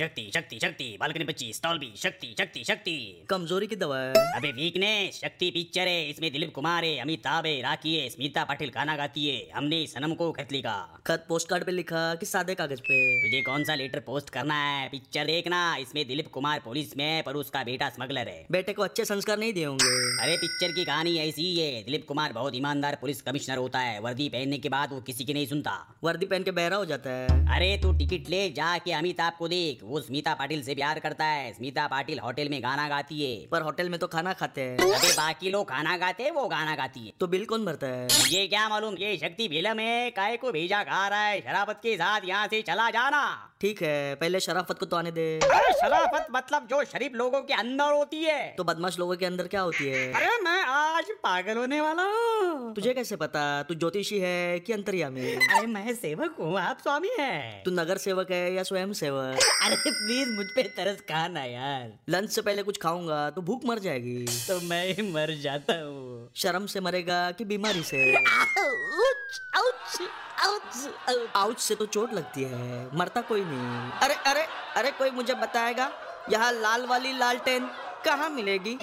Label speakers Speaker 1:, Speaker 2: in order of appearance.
Speaker 1: शक्ति शक्ति शक्ति बालकनी पच्चीस स्टॉल भी शक्ति शक्ति शक्ति
Speaker 2: कमजोरी की दवा है
Speaker 1: अबे वीकनेस शक्ति पिक्चर है इसमें दिलीप कुमार है अमिताभ है राखी है स्मिता पाटिल गाना गाती है हमने इस सनम को खत लिखा
Speaker 2: खत पोस्ट कार्ड पे लिखा कि सादे कागज पे
Speaker 1: तुझे कौन सा लेटर पोस्ट करना है पिक्चर देखना इसमें दिलीप कुमार पुलिस में है पर उसका बेटा स्मगलर है
Speaker 2: बेटे को अच्छे संस्कार नहीं दिए होंगे
Speaker 1: अरे पिक्चर की कहानी ऐसी ही है दिलीप कुमार बहुत ईमानदार पुलिस कमिश्नर होता है वर्दी पहनने के बाद वो किसी की नहीं सुनता
Speaker 2: वर्दी पहन के बहरा हो जाता है
Speaker 1: अरे तू टिकट ले जाके अमिताभ को देख वो स्मिता पाटिल से प्यार करता है स्मिता पाटिल होटल में गाना गाती है
Speaker 2: पर होटल में तो खाना खाते हैं
Speaker 1: अबे बाकी लोग खाना गाते हैं वो गाना गाती है
Speaker 2: तो बिल कौन भरता है
Speaker 1: ये क्या मालूम ये शक्ति फिल्म है काय को भेजा खा रहा है शराबत के साथ यहाँ से चला जाना
Speaker 2: ठीक है पहले शराफत को तो आने दे
Speaker 1: अरे शराफत मतलब जो शरीफ लोगों के अंदर होती है
Speaker 2: तो बदमाश लोगों के अंदर क्या होती है
Speaker 1: अरे मैं आज पागल होने वाला हूँ
Speaker 2: तुझे कैसे पता तू ज्योतिषी है कि अंतर्यामी
Speaker 1: अरे मैं सेवक हूँ आप स्वामी है
Speaker 2: तू नगर सेवक है या स्वयं सेवक
Speaker 1: अरे प्लीज मुझ पे तरस खा ना यार
Speaker 2: लंच से पहले कुछ खाऊंगा तो भूख मर जाएगी
Speaker 1: तो मैं ही मर जाता हूँ
Speaker 2: शर्म से मरेगा कि बीमारी से आउच से तो चोट लगती है मरता कोई नहीं अरे अरे अरे कोई मुझे बताएगा यहाँ लाल वाली लालटेन कहाँ मिलेगी